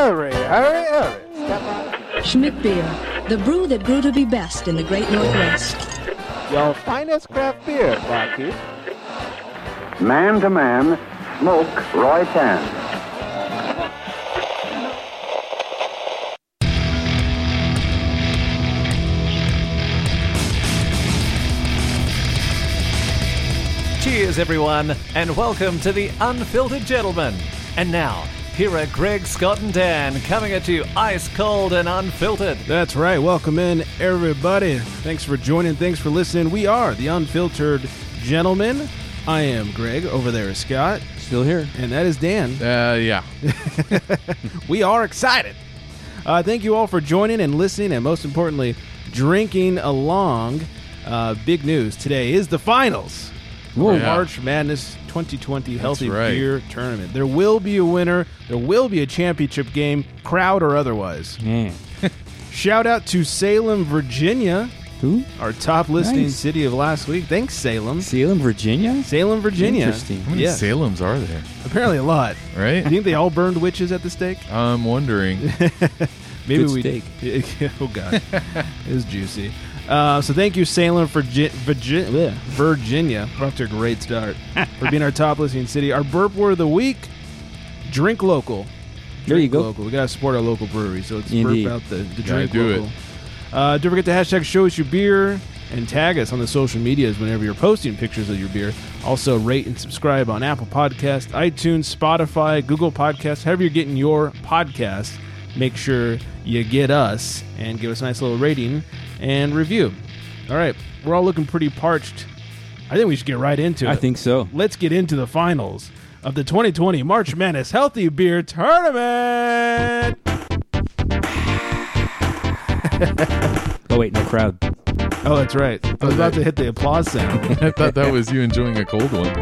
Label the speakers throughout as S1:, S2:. S1: Hurry, hurry.
S2: Schmidt Beer, the brew that grew to be best in the great Northwest.
S1: Your finest craft beer, Blackie.
S3: Man to man, smoke Roy Tan.
S4: Cheers, everyone, and welcome to the Unfiltered Gentleman. And now, here are Greg, Scott, and Dan coming at you ice cold and unfiltered.
S5: That's right. Welcome in, everybody. Thanks for joining. Thanks for listening. We are the Unfiltered Gentlemen. I am Greg. Over there is Scott. Still here. And that is Dan.
S6: Uh, yeah.
S5: We are excited. Uh, thank you all for joining and listening, and most importantly, drinking along. Uh, big news today is the finals. for
S6: Yeah.
S5: March Madness 2020 Healthy
S6: right.
S5: Beer Tournament. There will be a winner. There will be a championship game, crowd or otherwise.
S7: Mm.
S5: Shout out to Salem, Virginia,
S7: Who?
S5: our top listing
S7: Nice.
S5: city of last week. Thanks, Salem.
S7: Salem, Virginia?
S5: Salem, Virginia.
S7: Interesting.
S6: How many
S5: Yeah,
S6: Salems are there?
S5: apparently a lot.
S6: Right?
S5: You think they all burned witches at the stake?
S6: I'm wondering.
S5: Maybe
S7: Good
S5: we
S7: steak.
S5: Yeah, oh god, it's juicy. Uh, so thank you, Salem, for Virginia. Virginia, we're off to a great start for being our top listing city. Our burp word of the week: drink local.
S7: There you
S5: Drink
S7: go.
S5: Local. We gotta support our local brewery, so let's
S7: Indeed.
S5: burp out the, the
S6: Gotta
S5: drink
S6: do
S5: local. Uh, don't forget to hashtag show us your beer and tag us on the social medias whenever you're posting pictures of your beer. Also, rate and subscribe on Apple Podcast, iTunes, Spotify, Google Podcasts, however you're getting your podcast. Make sure you get us and give us a nice little rating and review. All right, we're all looking pretty parched. I think we should get right into it.
S7: I think so.
S5: Let's get into the finals of the 2020 March Madness Healthy Beer Tournament.
S7: Oh, wait, no crowd.
S5: Oh, that's right. I was about to hit the applause sound.
S6: I thought that was you enjoying a cold one.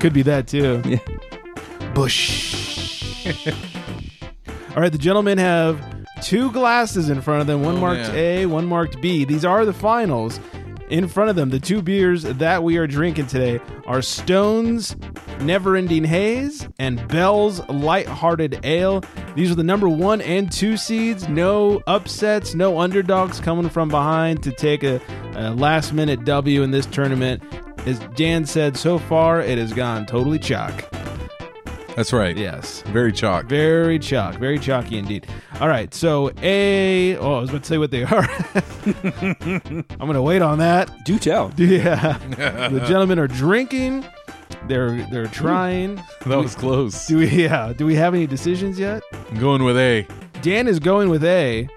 S5: Could be that too.
S7: Yeah.
S5: Bush. All right, the gentlemen have two glasses in front of them, one
S6: Oh,
S5: marked
S6: man.
S5: A, one marked B. These are the finals. In front of them, the two beers that we are drinking today are Stone's Never Ending Haze and Bell's Lighthearted Ale. These are the number one and two seeds. No upsets, no underdogs coming from behind to take a, a last minute W in this tournament. As Dan said, so far it has gone totally chalk.
S6: That's right.
S5: Yes.
S6: Very chalk.
S5: Very chalk, very chalky indeed. All right, so a oh, I was about to say what they are. I'm gonna wait on that.
S7: Do tell.
S5: Yeah, the gentlemen are drinking. They're they're trying.
S6: that was close.
S5: Do we yeah? Do we have any decisions yet?
S6: I'm going with A.
S5: Dan is going with a.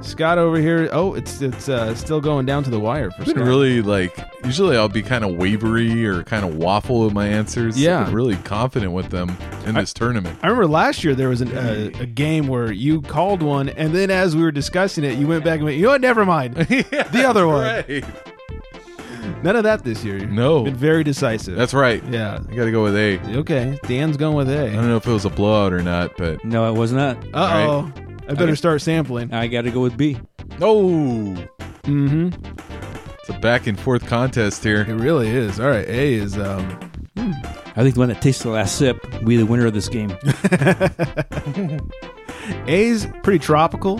S5: Scott over here. Oh, it's it's uh, still going down to the wire for
S6: I've
S5: Scott.
S6: been really like, usually I'll be kind of wavery or kind of waffle with my answers.
S5: Yeah.
S6: I've been really confident with them in this tournament.
S5: I remember last year there was an, uh, a game where you called one, and then as we were discussing it, you went back and went, "You know what? Never mind." the other one.
S6: Right.
S5: None of that this year.
S6: No.
S5: Been very decisive.
S6: That's right.
S5: yeah.
S6: I got to go with A. I
S5: Okay, Dan's going with
S6: don't
S5: A.
S6: know if it was a blowout or not, but.
S7: No, it was not.
S5: Uh oh. I better
S6: Okay.
S5: start sampling.
S7: I got to go with B.
S6: Oh!
S5: Mm-hmm.
S6: It's a back and forth contest
S5: It
S6: here.
S5: really is. All right. A is um
S7: I think the one that takes the last sip will be the winner of this game.
S5: A's pretty tropical,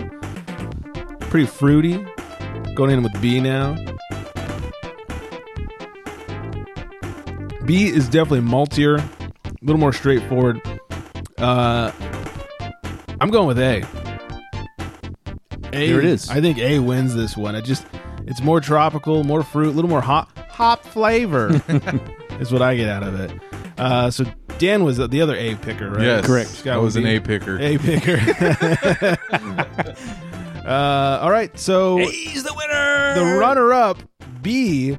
S5: pretty fruity. Going in with B now. B is definitely maltier, a little more straightforward. Uh, I'm going with A. A.
S7: There it is.
S5: I think A wins this one. It just it's more tropical, more fruit, a little more hop hop flavor is what I get out of it. Uh, so Dan was the other A picker, right?
S6: Yes.
S5: Scott
S6: I was
S5: would
S6: an
S5: be-
S6: A picker.
S5: a picker. uh, all right, so
S7: He's the winner!
S5: the runner-up B,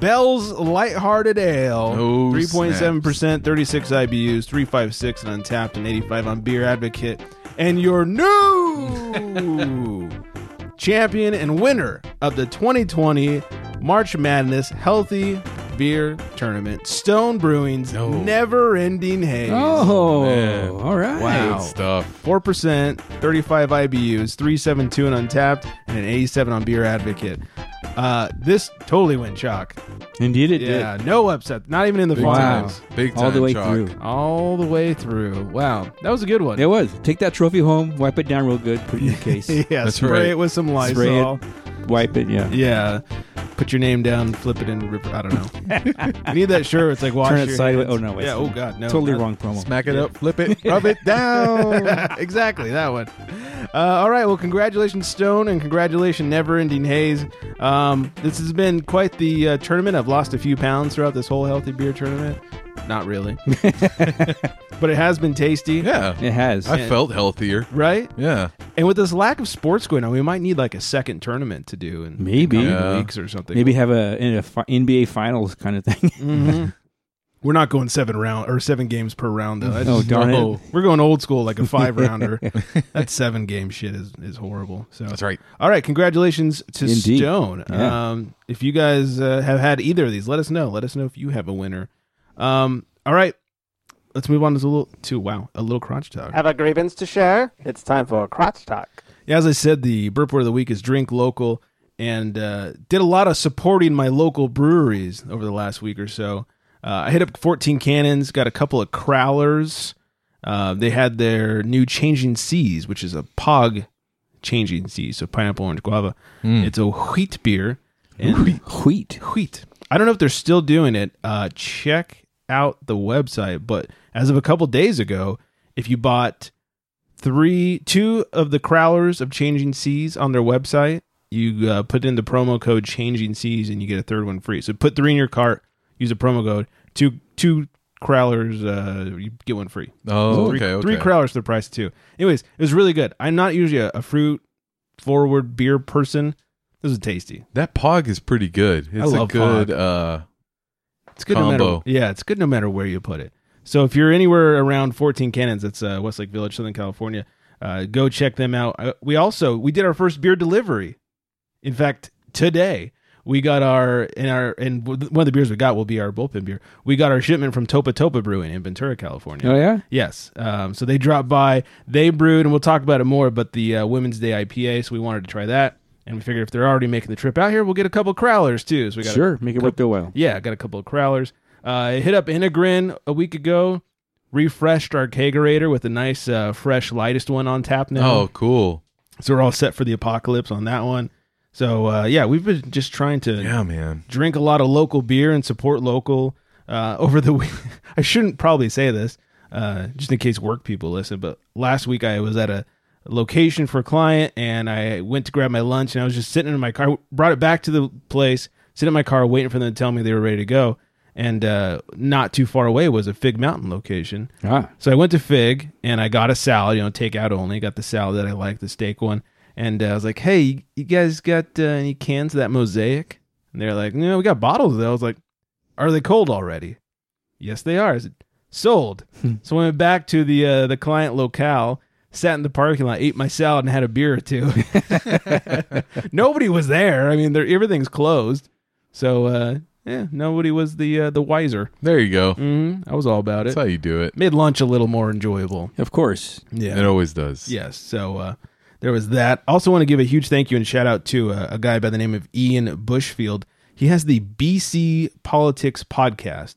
S5: Bell's Lighthearted Ale,
S6: Oh,
S5: three point seven percent, thirty-six IBUs, three five six on Untapped, and eighty-five on Beer Advocate, and your new champion and winner of the 2020 March Madness Healthy Beer Tournament, Stone Brewing's
S6: No.
S5: never-ending haze.
S7: Oh,
S6: Man.
S7: all right.
S5: Wow.
S6: Good stuff.
S5: four percent, thirty-five IBUs, three seven two on Untapped, and an eighty-seven on Beer Advocate. Uh, this totally went chalk.
S7: Indeed, it
S5: Yeah, no upset. Not even in the
S6: Big
S7: Wow.
S6: time.
S5: finals.
S6: Big
S7: did.
S6: time
S7: All the way
S6: chalk.
S7: through.
S5: All the way through. Wow, that was a good one.
S7: It was. Take that trophy home, wipe it down real good, put it in your case.
S5: yeah,
S6: That's
S5: spray
S6: right.
S5: it with some
S7: Spray
S5: Lysol.
S7: it, wipe it, yeah.
S5: Yeah, put your name down, flip it, and rip. I don't know. you need that shirt. It's like wash
S7: Turn it
S5: your
S7: sideways.
S5: hands.
S7: Oh, no, wait.
S5: Yeah. Oh god, no.
S7: Totally
S5: not-
S7: wrong promo.
S6: Smack it up, flip it, rub it down.
S5: exactly that one. Uh, all right. Well, congratulations, Stone, and congratulations, Never Ending Hayes. Um, this has been quite the uh, tournament. I've lost a few pounds throughout this whole healthy beer tournament. Not really, but it has been tasty.
S6: Yeah.
S7: It has.
S6: I felt healthier.
S5: Right.
S6: Yeah.
S5: And with this lack of sports going on, we might need like a second tournament to do in
S7: Maybe.
S5: in
S6: Yeah.
S5: weeks or something.
S7: Maybe have a, in a fi- NBA Finals kind of thing.
S5: Mm. we're not going seven round or seven games per round though. That's
S7: Oh, darn it.
S5: We're going old school, like a five rounder. that seven game shit is is horrible. So
S6: That's right.
S5: All right, congratulations to
S7: Indeed.
S5: Stone.
S7: Yeah.
S5: Um, if you guys uh, have had either of these, let us know. Let us know if you have a winner. Um, all right, let's move on to a little to wow a little crotch talk.
S1: Have a grievance to share? It's time for a crotch talk.
S5: Yeah, as I said, the burp word of the week is drink local, and uh, did a lot of supporting my local breweries over the last week or so. Uh, I hit up 14 Cannons, got a couple of Crowlers. Uh, they had their new Changing Seas, which is a pog changing seas, so pineapple, orange, guava. It's a wheat beer. And
S7: Wheat.
S5: wheat. I don't know if they're still doing it. Uh, check out the website. But as of a couple days ago, if you bought three, two of the Crowlers of Changing Seas on their website, you uh, put in the promo code Changing Seas and you get a third one free. So put three in your cart. Use a promo code. Two two Crowlers, uh, you get one free.
S6: Oh,
S5: Three-
S6: okay. okay.
S5: Three crowlers for the price of two. Anyways, it was really good. I'm not usually a, a fruit forward beer person. This is tasty.
S6: That pog is pretty good. It's
S5: love
S6: a good uh
S5: It's good no matter.
S6: combo.
S5: Yeah, it's good no matter where you put it. So if you're anywhere around 14 Cannons, that's uh, Westlake Village, Southern California. Uh, go check them out. Uh, we also we did our first beer delivery. In fact, today we got our and our and one of the beers we got will be our bullpen beer. We got our shipment from Topa Topa Brewing in Ventura, California.
S7: Oh, yeah?
S5: Yes. Um, so they dropped by, they brewed, and we'll talk about it more, but the uh, Women's Day IPA. So we wanted to try that. And we figured if they're already making the trip out here, we'll get a couple crowlers too. So we got a-
S7: Sure. Make it worth their while.
S5: yeah, got a couple of crowlers. Uh, I hit up Integrin a week ago, refreshed our kegerator with a nice, uh, fresh, lightest one on tap now.
S6: Oh, cool.
S5: So we're all set for the apocalypse on that one. So, uh, yeah, we've been just trying to
S6: Yeah, man.
S5: drink a lot of local beer and support local uh, over the week. I shouldn't probably say this, uh, just in case work people listen. But last week I was at a location for a client, and I went to grab my lunch, and I was just sitting in my car. Brought it back to the place, sitting in my car, waiting for them to tell me they were ready to go. And uh, not too far away was a Fig Mountain location.
S7: Ah.
S5: So I went to Fig and I got a salad, you know, takeout only. Got the salad that I like, the steak one. And uh, I was like, hey, you- you guys got uh, any cans of that mosaic? And they're like, no, we got bottles of that. I was like, are they cold already? Yes, they are. I said, Sold. so I went back to the uh, the client locale, sat in the parking lot, ate my salad, and had a beer or two. nobody was there. I mean, they're- everything's closed. So uh, yeah, nobody was the uh, the wiser.
S6: There you go.
S5: hmm I was all about
S6: That's
S5: it.
S6: how you do it.
S5: Made lunch a little more enjoyable.
S7: Of course.
S5: Yeah.
S6: It always does.
S5: Yes. So uh, there was that. Also, want to give a huge thank you and shout out to uh, a guy by the name of Ian Bushfield. He has the BC Politics podcast.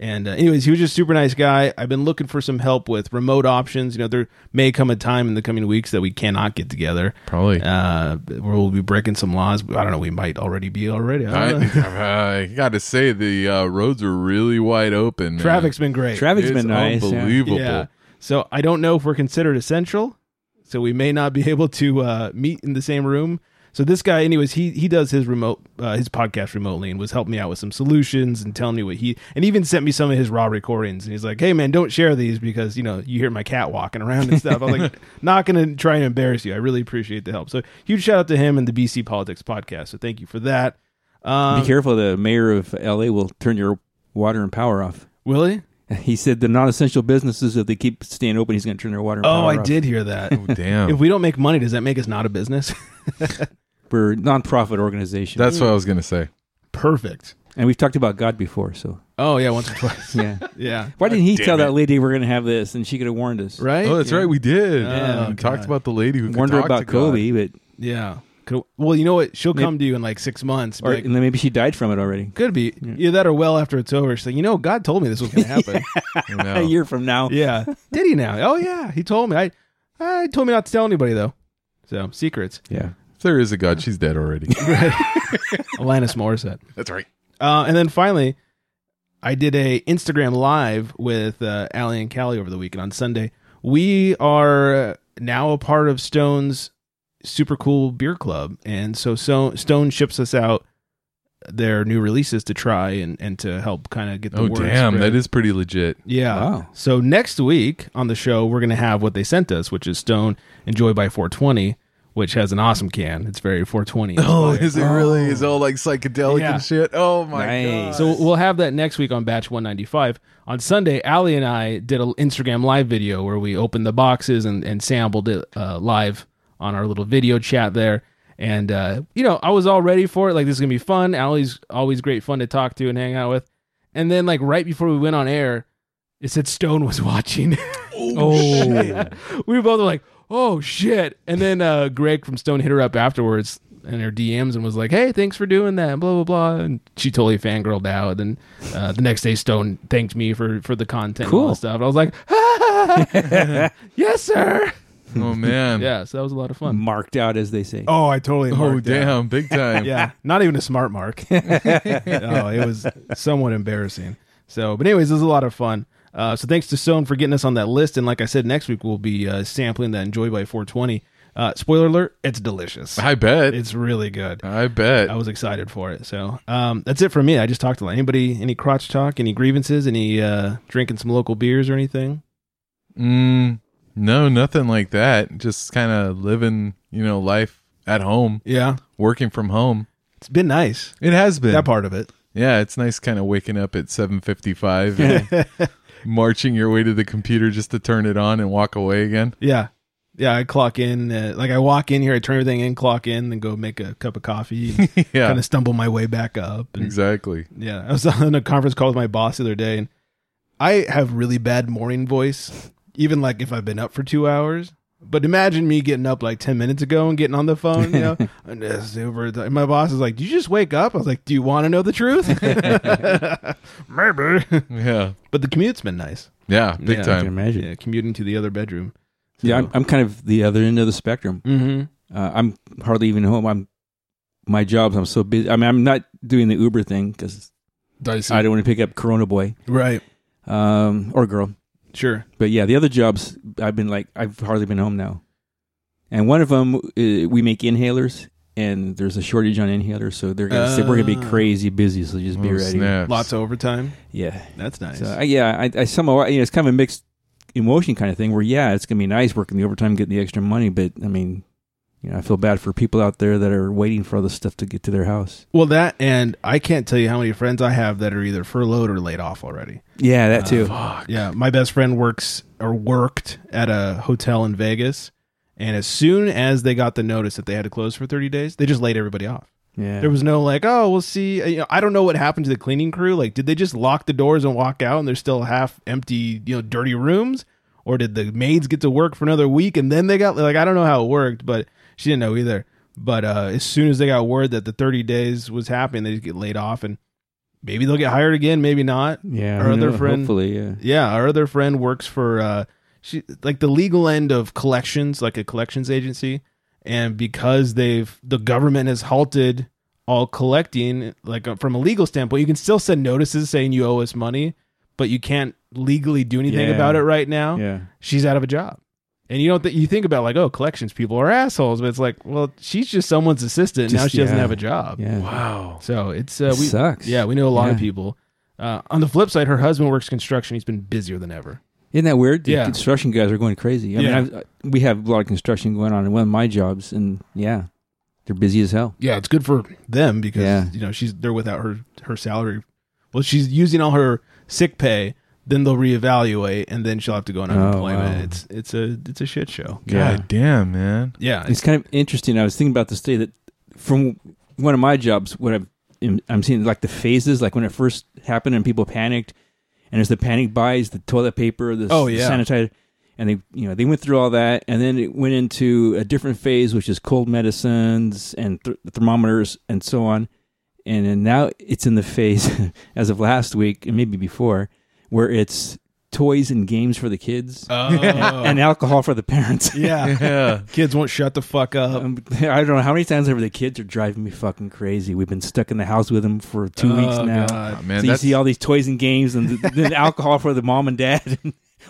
S5: And uh, anyways, he was just a super nice guy. I've been looking for some help with remote options. You know, there may come a time in the coming weeks that we cannot get together.
S6: Probably.
S5: Uh, where we'll be breaking some laws. I don't know. We might already be already. I
S6: I,
S5: don't know.
S6: I gotta say the uh, roads are really wide open. man.
S5: Traffic's been great.
S7: Traffic's
S6: It's
S7: been nice. yeah.
S6: unbelievable.
S5: Yeah. So I don't know if we're considered essential. So we may not be able to uh, meet in the same room. So this guy, anyways, he he does his remote uh, his podcast remotely and was helping me out with some solutions and telling me what he and even sent me some of his raw recordings. And he's like, "Hey man, don't share these because you know you hear my cat walking around and stuff." I'm like, "Not going to try and embarrass you. I really appreciate the help." So huge shout out to him and the BC Politics podcast. So thank you for that. Um,
S7: Be careful. The mayor of LA will turn your water and power off.
S5: Willie.
S7: He said the non-essential businesses, if they keep staying open, he's going to turn their water. And
S5: Oh,
S7: power Oh,
S5: I
S7: off.
S5: did hear that.
S6: Oh, Damn.
S5: if we don't make money, does that make us not a business?
S7: We're a nonprofit organization,
S6: That's what I was gonna say.
S5: Perfect.
S7: and we've talked about God before. So
S5: Oh yeah, once or twice.
S7: yeah,
S5: yeah.
S7: why didn't he tell
S6: it.
S7: that lady we're going to have this, and she could have warned us?
S5: Oh, Right?
S6: Oh, that's right. We did.
S5: Yeah.
S6: we talked about the lady who could
S7: Warned her
S6: talk
S7: about
S6: to God.
S7: Kobe, but
S5: Yeah. Could, well, you know what? She'll
S7: Maybe-
S5: come to you in like six months. be
S7: Or
S5: like,
S7: and then maybe she died from it already.
S5: could be yeah. that or well after it's over. She's like, you know, God told me this was going to happen.
S6: You
S7: A
S6: know.
S7: year from now.
S5: yeah, did he now? Oh yeah, he told me. I, I he told me not to tell anybody though. So secrets.
S7: Yeah.
S6: If there is a God, she's dead already.
S5: Alanis Morissette.
S6: That's right.
S5: Uh, and then finally, I did a Instagram live with uh, Allie and Callie over the weekend on Sunday. We are uh, now a part of Stone's super cool beer club, and so, so Stone ships us out their new releases to try and, and to help kind of get the
S6: Oh,
S5: word
S6: damn.
S5: spread.
S6: That is pretty legit.
S5: Yeah.
S7: Wow.
S5: So next week on the show, we're going to have what they sent us, which is Stone Enjoy by 420, which has an awesome can. It's very 420.
S6: Oh,
S5: inspired.
S6: is it really? Is all like psychedelic
S5: Yeah.
S6: and shit? Oh, my
S7: Nice.
S6: God.
S5: so we'll have that next week on batch 195. On Sunday, Allie and I did an Instagram live video where we opened the boxes and, and sampled it uh, live on our little video chat there. And, uh, you know, I was all ready for it. Like, this is going to be fun. Allie's always great fun to talk to and hang out with. And then, like, right before we went on air, it said Stone was watching.
S7: Oh.
S5: we both were like, "Oh shit!" And then uh, Greg from Stone hit her up afterwards in her DMs and was like, "Hey, thanks for doing that." And blah blah blah. And she totally fangirled out. And uh, the next day, Stone thanked me for for the content and all
S7: Cool.
S5: that stuff. And I was like, "Ah, "Yes, sir."
S6: Oh, man.
S5: Yeah, so that was a lot of fun.
S7: Marked out, as they say.
S5: Oh, I totally.
S6: Oh, damn. Big time.
S5: Yeah, not even a smart mark. oh, it was somewhat embarrassing. So, but anyways, it was a lot of fun. Uh, so thanks to Stone for getting us on that list. And like I said, next week we'll be uh, sampling that Enjoy by 420. Uh, spoiler alert: it's delicious.
S6: I bet.
S5: It's really good.
S6: I bet.
S5: I was excited for it. So um, that's it for me. I just talked to like, anybody. Any crotch talk? Any grievances? Any uh, drinking some local beers or anything?
S6: Mm, no, nothing like that. Just kind of living, you know, life at home,
S5: Yeah,
S6: working from home.
S5: it's been nice.
S6: It has been.
S5: That part of it.
S6: Yeah, it's nice kind of waking up at 7:55 and marching your way to the computer just to turn it on and walk away again.
S5: Yeah. Yeah, I clock in. Uh, like I walk in here, I turn everything in, clock in, then go make a cup of coffee. And
S6: Yeah.
S5: Kind of stumble my way back up. And,
S6: Exactly.
S5: Yeah, I was on a conference call with my boss the other day, and I have really bad morning voice, even like if I've been up for two hours. But imagine me getting up like ten minutes ago and getting on the phone. You know, and it's super. And my boss is like, "Did you just wake up?" I was like, "Do you want to know the truth?" Maybe.
S6: Yeah.
S5: But the commute's been nice.
S6: Yeah, big
S5: Yeah.
S7: I can
S6: time.
S7: imagine.
S5: Yeah, commuting to the other bedroom.
S7: Yeah, I'm, I'm kind of the other end of the spectrum.
S5: Mm-hmm.
S7: Uh, I'm hardly even home. I'm my jobs. I'm so busy. I mean, I'm not doing the Uber thing because
S5: Dicey.
S7: I don't want to pick up Corona boy
S5: right.
S7: um, or girl.
S5: Sure.
S7: But yeah, the other jobs I've been like I've hardly been home now. And one of them uh, we make inhalers, and there's a shortage on inhalers, so they're gonna say we're gonna be
S5: Ah.
S7: crazy busy. So just be
S6: Oh,
S7: ready.
S6: snaps.
S5: Lots of overtime.
S7: Yeah.
S5: That's nice.
S7: So I, yeah, I, I somehow you know it's kind of a mixed emotion kind of thing where yeah, it's gonna be nice working the overtime, getting the extra money, but I mean, you know, I feel bad for people out there that are waiting for all this stuff to get to their house.
S5: well, that and I can't tell you how many friends I have that are either furloughed or laid off already.
S7: Yeah, that too.
S5: Ah, Yeah, my best friend works or worked at a hotel in Vegas, and as soon as they got the notice that they had to close for 30 days, they just laid everybody off.
S7: yeah,
S5: There was no like, oh, we'll see. You know, I don't know what happened to the cleaning crew. Like, did they just lock the doors and walk out, and there's still half empty, you know, dirty rooms, or did the maids get to work for another week and then they got like, I don't know how it worked, but she didn't know either. But uh, as soon as they got word that the 30 days was happening, they just get laid off, and maybe they'll get hired again, maybe not.
S7: yeah.
S5: Our
S7: who
S5: other
S7: knows?
S5: friend-
S7: hopefully, yeah.
S5: Yeah, our other friend works for uh she like the legal end of collections, like a collections agency, and because they've the government has halted all collecting like uh, from a legal standpoint, you can still send notices saying you owe us money, but you can't legally do anything
S7: Yeah.
S5: about it right now.
S7: Yeah,
S5: She's out of a job. And you don't th- you think about like oh collections people are assholes, but it's like well she's just someone's assistant now
S7: Just-
S5: she doesn't
S7: yeah.
S5: have a job.
S7: yeah.
S6: Wow.
S5: So it's uh,
S7: It
S5: we
S7: sucks.
S5: Yeah, we know a lot of
S7: Yeah.
S5: people. Uh, on the flip side, her husband works construction. He's been busier than ever.
S7: Isn't that weird? The
S5: Yeah.
S7: construction guys are going crazy. I
S5: Yeah.
S7: mean, I've, we have a lot of construction going on in one of my jobs, and yeah, they're busy as hell.
S5: Yeah, it's good for them because
S7: Yeah.
S5: you know she's they're without her her salary. Well, she's using all her sick pay. Then they'll reevaluate, and then she'll have to go on
S7: Oh,
S5: unemployment.
S7: wow.
S5: It's it's a it's a shit show.
S7: Yeah.
S6: God damn, man.
S5: Yeah,
S7: It's kind of interesting. I was thinking about this today that from one of my jobs, what I've, I'm seeing like the phases, like when it first happened and people panicked, and as the panic buys, the toilet paper, the s-
S5: Oh, yeah.
S7: sanitizer, and they you know they went through all that and then it went into a different phase which is cold medicines and th- thermometers and so on and, and now it's in the phase as of last week and maybe before where it's toys and games for the kids
S5: Oh.
S7: and alcohol for the parents
S5: yeah.
S6: Yeah.
S5: Kids won't shut the fuck up.
S7: Um, I don't know how many times over the kids are driving me fucking crazy. We've been stuck in the house with them for two weeks
S5: Oh,
S7: now.
S5: God.
S6: Ah, man,
S7: so you
S6: that's,
S7: see all these toys and games and the, the alcohol for the mom and dad,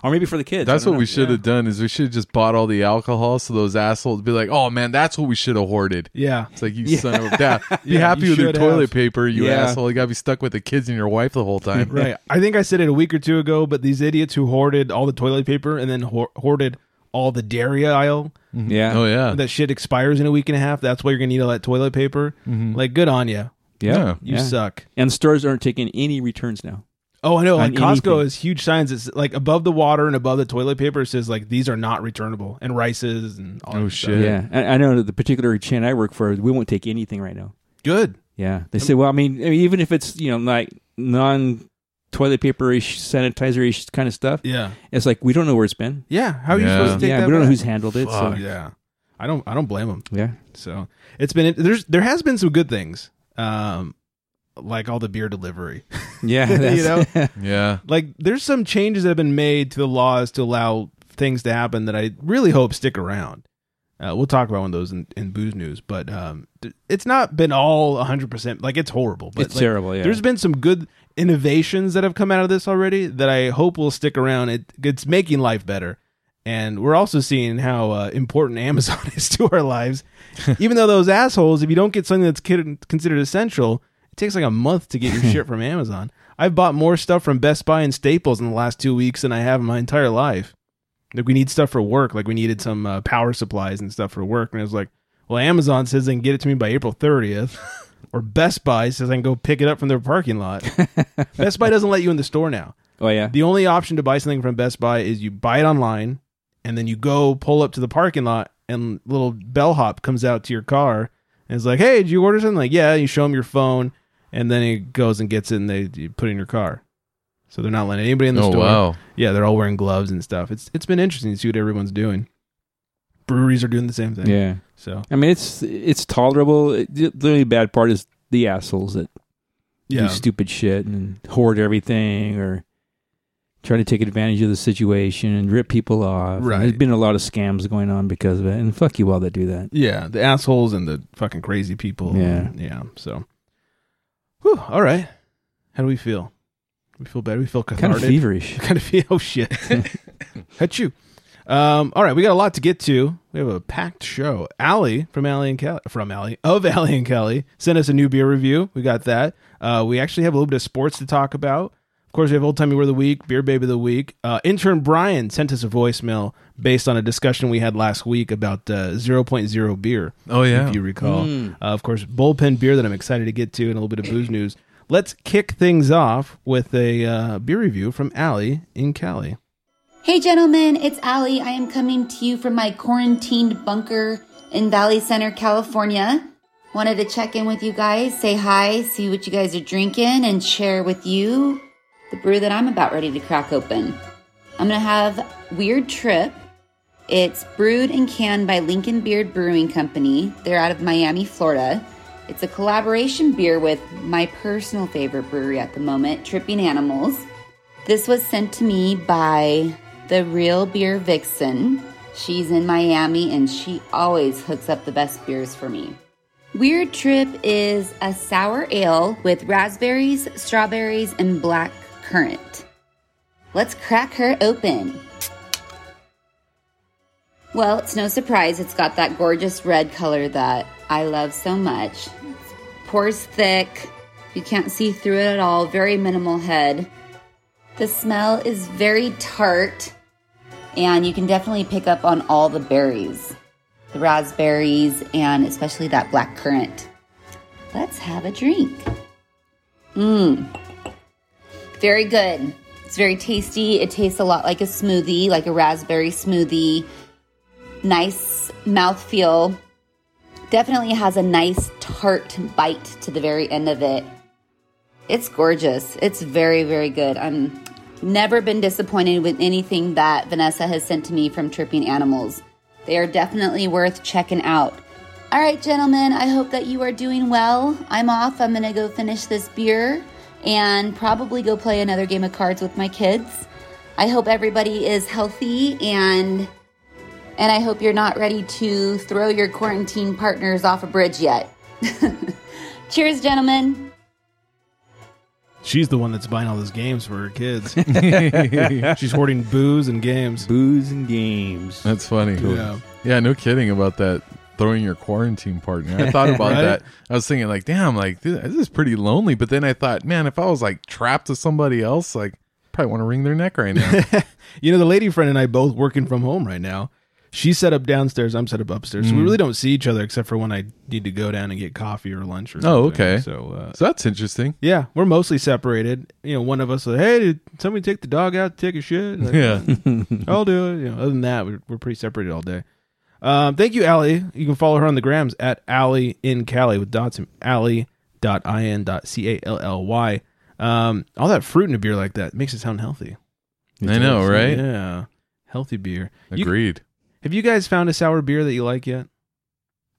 S7: or maybe for the kids.
S6: that's
S7: I don't
S6: what
S7: know.
S6: we should have done is we should have just bought all the alcohol so those assholes would be like, oh man, that's what we should have hoarded.
S5: Yeah.
S6: It's like you son of a dad. Be
S5: Yeah,
S6: happy
S5: you
S6: with your
S5: should
S6: toilet
S5: have.
S6: paper, you
S7: Yeah.
S6: asshole. You gotta be stuck with the kids and your wife the whole time.
S5: Right. I think I said it a week or two ago, but these idiots who hoarded all the toilet paper and then hoard- hoarded all the dairy aisle,
S7: Yeah.
S6: Oh yeah.
S5: that shit expires in a week and a half. That's why you're going to need all that toilet paper. Like, good on you.
S7: yeah.
S5: You
S7: Mm-hmm. Yeah.
S5: suck.
S7: And stores aren't taking any returns now.
S5: Oh, I know.
S7: On
S5: Like Costco
S7: anything.
S5: has huge signs. It's like above the water and above the toilet paper. It says like these are not returnable and rices and all.
S6: Oh,
S5: that
S6: shit.
S5: Stuff.
S7: Yeah. I, I know that the particular chain I work for, we won't take anything right now.
S5: Good.
S7: Yeah. They say, well, I mean, I mean even if it's you know like non toilet paper ish, sanitizer ish kind of stuff,
S5: Yeah.
S7: it's like we don't know where it's been.
S5: Yeah. How are you
S6: Yeah.
S5: supposed to take
S7: yeah.
S5: that?
S7: We don't know
S5: back?
S7: who's handled it. so-
S5: Fuck, yeah. I don't. I don't blame them.
S7: yeah.
S5: So it's been. There's. There has been some good things. Um, like all the beer delivery.
S7: Yeah,
S5: you know.
S6: Yeah.
S5: like there's some changes that have been made to the laws to allow things to happen that I really hope stick around. Uh, we'll talk about one of those in, in booze news, but um, th- it's not been all 100. percent Like it's horrible. But
S7: It's
S5: like,
S7: terrible, yeah.
S5: there's been some good innovations that have come out of this already that I hope will stick around. It, it's making life better, and we're also seeing how uh, important Amazon is to our lives. Even though those assholes, if you don't get something that's kid- considered essential, it takes like a month to get your shit from Amazon. I've bought more stuff from Best Buy and Staples in the last two weeks than I have in my entire life. Like we need stuff for work. Like we needed some uh, power supplies and stuff for work. And I was like, well, Amazon says they can get it to me by April 30th, or Best Buy says I can go pick it up from their parking lot. Best Buy doesn't let you in the store now.
S7: Oh yeah.
S5: The only option to buy something from Best Buy is you buy it online, and then you go pull up to the parking lot, and little bellhop comes out to your car and is like, "Hey, did you order something?" Like, yeah. You show him your phone, and then he goes and gets it, and they you put it in your car. So they're not letting anybody in the
S6: Oh
S5: store.
S6: wow.
S5: Yeah, they're all wearing gloves and stuff. It's it's been interesting to see what everyone's doing. Breweries are doing the same thing.
S7: yeah.
S5: So
S7: I mean, it's it's tolerable. It- The only bad part is the assholes that do stupid shit and hoard everything or try to take advantage of the situation and rip people off. And
S5: Right.
S7: There's been a lot of scams going on because of it, and fuck you all that do that.
S5: Yeah, the assholes and the fucking crazy people.
S7: Yeah.
S5: yeah. So, Whew, all right. How do we feel? We feel better. We feel
S7: Kind
S5: cathartic.
S7: of feverish.
S5: Kind of feel. Oh shit. At you. Um, all right, we got a lot to get to. We have a packed show. Allie from Allie and Kelly from Allie of Allie and Kelly sent us a new beer review. We got that. Uh, we actually have a little bit of sports to talk about. Of course, we have Old Timey Word of the Week, Beer Baby of the Week. Uh, intern Brian sent us a voicemail based on a discussion we had last week about uh, 0.0 beer
S6: Oh yeah.
S5: if you recall. Uh, of course, bullpen beer that I'm excited to get to, and a little bit of booze news. Let's kick things off with a uh, beer review from Allie in Cali.
S8: Hey, gentlemen, it's Allie. I am coming to you from my quarantined bunker in Valley Center, California. Wanted to check in with you guys, say hi, see what you guys are drinking, and share with you the brew that I'm about ready to crack open. I'm going to have Weird Trip. It's brewed and canned by Lincoln Beard Brewing Company. They're out of Miami, Florida. It's a collaboration beer with my personal favorite brewery at the moment, Tripping Animals. This was sent to me by the real beer vixen. She's in Miami and she always hooks up the best beers for me. Weird Trip is a sour ale with raspberries, strawberries, and black currant. Let's crack her open. Well, it's no surprise it's got that gorgeous red color that I love so much. Pours thick. You can't see through it at all. Very minimal head. The smell is very tart, and you can definitely pick up on all the berries the raspberries, and especially that black currant. Let's have a drink. Mmm. Very good. It's very tasty. It tastes a lot like a smoothie, like a raspberry smoothie. Nice mouthfeel. Definitely has a nice tart bite to the very end of it. It's gorgeous. It's very, very good. I'm Never been disappointed with anything that Vanessa has sent to me from Tripping Animals. They are definitely worth checking out. All right, gentlemen, I hope that you are doing well. I'm off. I'm going to go finish this beer and probably go play another game of cards with my kids. I hope everybody is healthy and and I hope you're not ready to throw your quarantine partners off a bridge yet. Cheers, gentlemen.
S5: She's the one that's buying all those games for her kids. She's hoarding booze and games.
S7: Booze and games.
S6: That's funny.
S5: Yeah.
S6: Yeah, no kidding about that. Throwing your quarantine partner. I thought about
S5: Right?
S6: that. I was thinking, like, damn, like this, this is pretty lonely. But then I thought, man, if I was like trapped to somebody else, like, probably want to wring their neck right now.
S5: You know, the lady friend and I both working from home right now. She's set up downstairs. I'm set up upstairs. So we really don't see each other except for when I need to go down and get coffee or lunch or something.
S6: oh, okay.
S5: So, uh,
S6: so that's interesting.
S5: yeah, we're mostly separated. You know, one of us like, hey, did somebody take the dog out to take a shit? Like,
S6: Yeah.
S5: I'll do it. You know, other than that, we're, we're pretty separated all day. Um, thank you, Allie. You can follow her on the grams at Allie in Cali with dots and Allie.in.c-a-l-l-y. Um, all that fruit in a beer like that makes it sound healthy.
S6: I know, right?
S5: Yeah. Healthy beer. You-
S6: Agreed.
S5: have you guys found a sour beer that you like yet?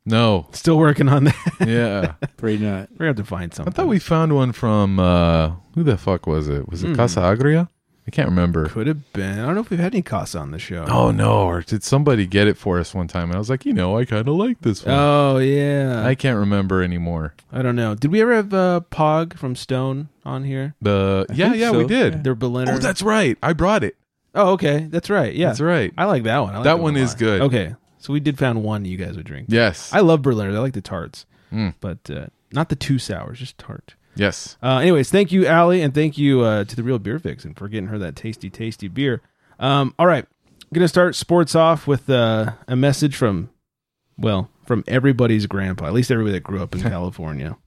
S6: No.
S5: Still working on that.
S6: Yeah.
S7: Afraid not.
S5: we're going to have to find
S6: I
S5: something.
S6: thought we found one from uh who the fuck was it? Was it
S5: Hmm.
S6: Casa Agria? I can't remember.
S5: could have been. I don't know if we've had any Casa on the show.
S6: Oh no, or did somebody get it for us one time? And I was like, you know, I kind of like this one.
S5: Oh, yeah.
S6: Uh, I can't remember anymore.
S5: I don't know. Did we ever have uh, Pog from Stone on here?
S6: The
S7: I
S6: yeah,
S7: think
S6: yeah,
S7: so,
S6: we did.
S5: Their Berliner.
S6: Oh, that's right. I brought it.
S5: Oh, okay. That's right. Yeah.
S6: That's right.
S5: I like that one. I like
S6: That
S5: one
S6: one
S5: a
S6: is
S5: lot.
S6: good.
S5: Okay. So we did found one you guys would drink.
S6: Yes.
S5: I love Berliner. I like the tarts,
S6: Mm.
S5: but uh, not the two sours, just tart.
S6: yes.
S5: Uh, anyways, thank you, Allie, and thank you uh, to the Real Beer Vixen for getting her that tasty, tasty beer. Um, all right. going to start sports off with uh, a message from, well, from everybody's grandpa, at least everybody that grew up in California.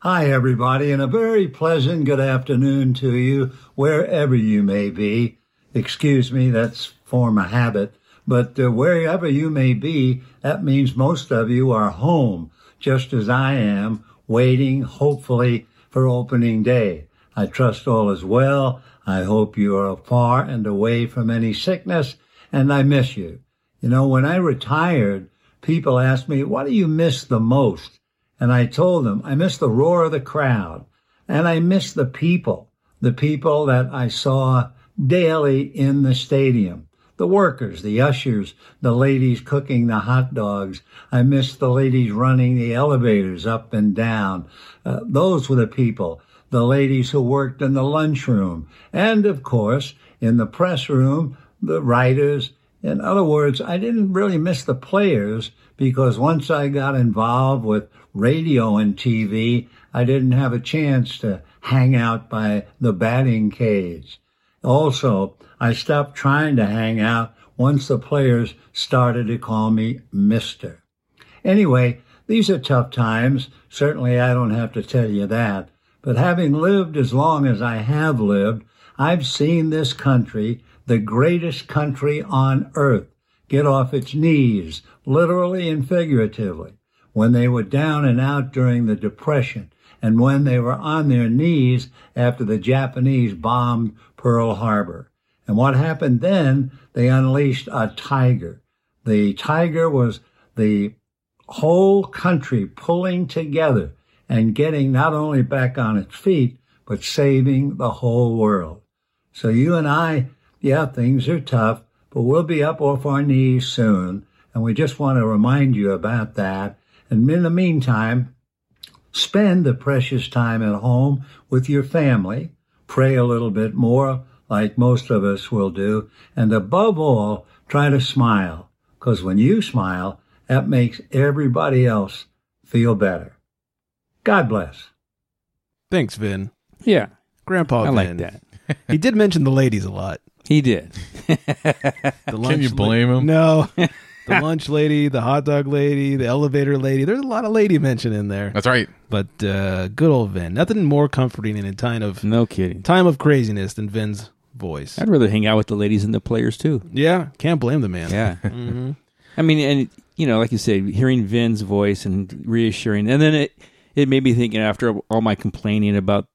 S9: Hi, everybody, and a very pleasant good afternoon to you, wherever you may be. Excuse me, that's form of habit, but uh, wherever you may be, that means most of you are home, just as I am, waiting, hopefully, for opening day. I trust all is well. I hope you are far and away from any sickness, and I miss you. You know, when I retired, people asked me, what do you miss the most? And I told them, I miss the roar of the crowd and I miss the people, the people that I saw daily in the stadium, the workers, the ushers, the ladies cooking the hot dogs. I miss the ladies running the elevators up and down. Uh, those were the people, the ladies who worked in the lunchroom and of course in the press room, the writers, in other words, I didn't really miss the players because once I got involved with radio and TV, I didn't have a chance to hang out by the batting cage. Also, I stopped trying to hang out once the players started to call me Mister. Anyway, these are tough times. Certainly, I don't have to tell you that. But having lived as long as I have lived, I've seen this country, the greatest country on earth, get off its knees, literally and figuratively. When they were down and out during the Depression, and when they were on their knees after the Japanese bombed Pearl Harbor. And what happened then? They unleashed a tiger. The tiger was the whole country pulling together and getting not only back on its feet, but saving the whole world. So you and I, yeah, things are tough, but we'll be up off our knees soon. And we just want to remind you about that. And in the meantime, spend the precious time at home with your family, pray a little bit more, like most of us will do, and above all, try to smile, because when you smile, that makes everybody else feel better. God bless.
S5: Thanks, Vin.
S7: Yeah,
S6: Oh,
S5: Grandpa
S7: I
S5: Vin.
S7: like that.
S5: he did mention the ladies a lot.
S7: He did.
S5: The
S6: Can you
S5: la-
S6: blame him?
S5: No. the lunch lady, the hot dog lady, the elevator lady. There's a lot of lady mention in there.
S6: That's right.
S5: But uh, good old Vin. Nothing more comforting in a time of
S7: No kidding.
S5: time of craziness than Vin's voice.
S7: I'd rather hang out with the ladies and the players too.
S5: Yeah, can't blame the man.
S7: Yeah.
S6: Mm-hmm.
S7: I mean, and you know, like you said, hearing Vin's voice and reassuring, and then it it made me thinking after all my complaining about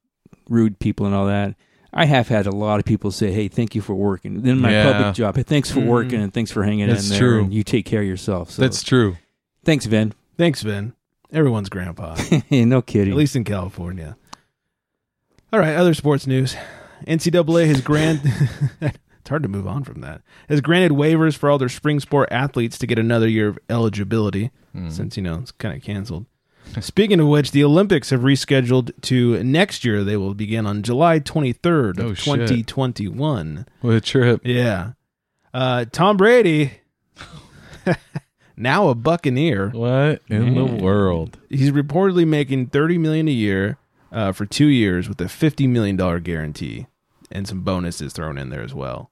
S7: rude people and all that, I have had a lot of people say, "Hey, thank you for working." Then my
S6: Yeah. Mm-hmm.
S7: public job, "Hey, thanks for working and thanks for hanging
S6: That's
S7: in there."
S6: true.
S7: And you take care of yourself. So
S6: That's true.
S7: thanks, Vin.
S5: Thanks, Ben. Everyone's grandpa, at
S7: no kidding.
S5: least in California. All right, other sports news. NCAA has granted. it's hard to move on from that. Has granted waivers for all their spring sport athletes to get another year of eligibility,
S6: Hmm.
S5: since you know it's kind of canceled. Speaking of which, the Olympics have rescheduled to next year. They will begin on July 23rd
S6: Oh,
S5: of
S6: shit.
S5: 2021.
S6: What a trip.
S5: Yeah. Uh, Tom Brady, now a Buccaneer,
S6: What in the world?
S5: he's reportedly making thirty million a year uh, for two years with a fifty million dollar guarantee and some bonuses thrown in there as well.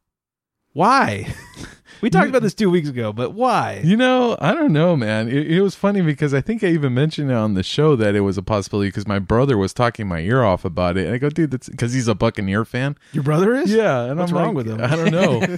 S5: Why? we talked about this two weeks ago, but why?
S6: You know, I don't know, man. It, it was funny because I think I even mentioned it on the show that it was a possibility because my brother was talking my ear off about it. And I go, dude, that's because he's a Buccaneer fan.
S5: Your brother is?
S6: Yeah, and
S5: What's
S6: I'm
S5: wrong
S6: like,
S5: with him?
S6: I don't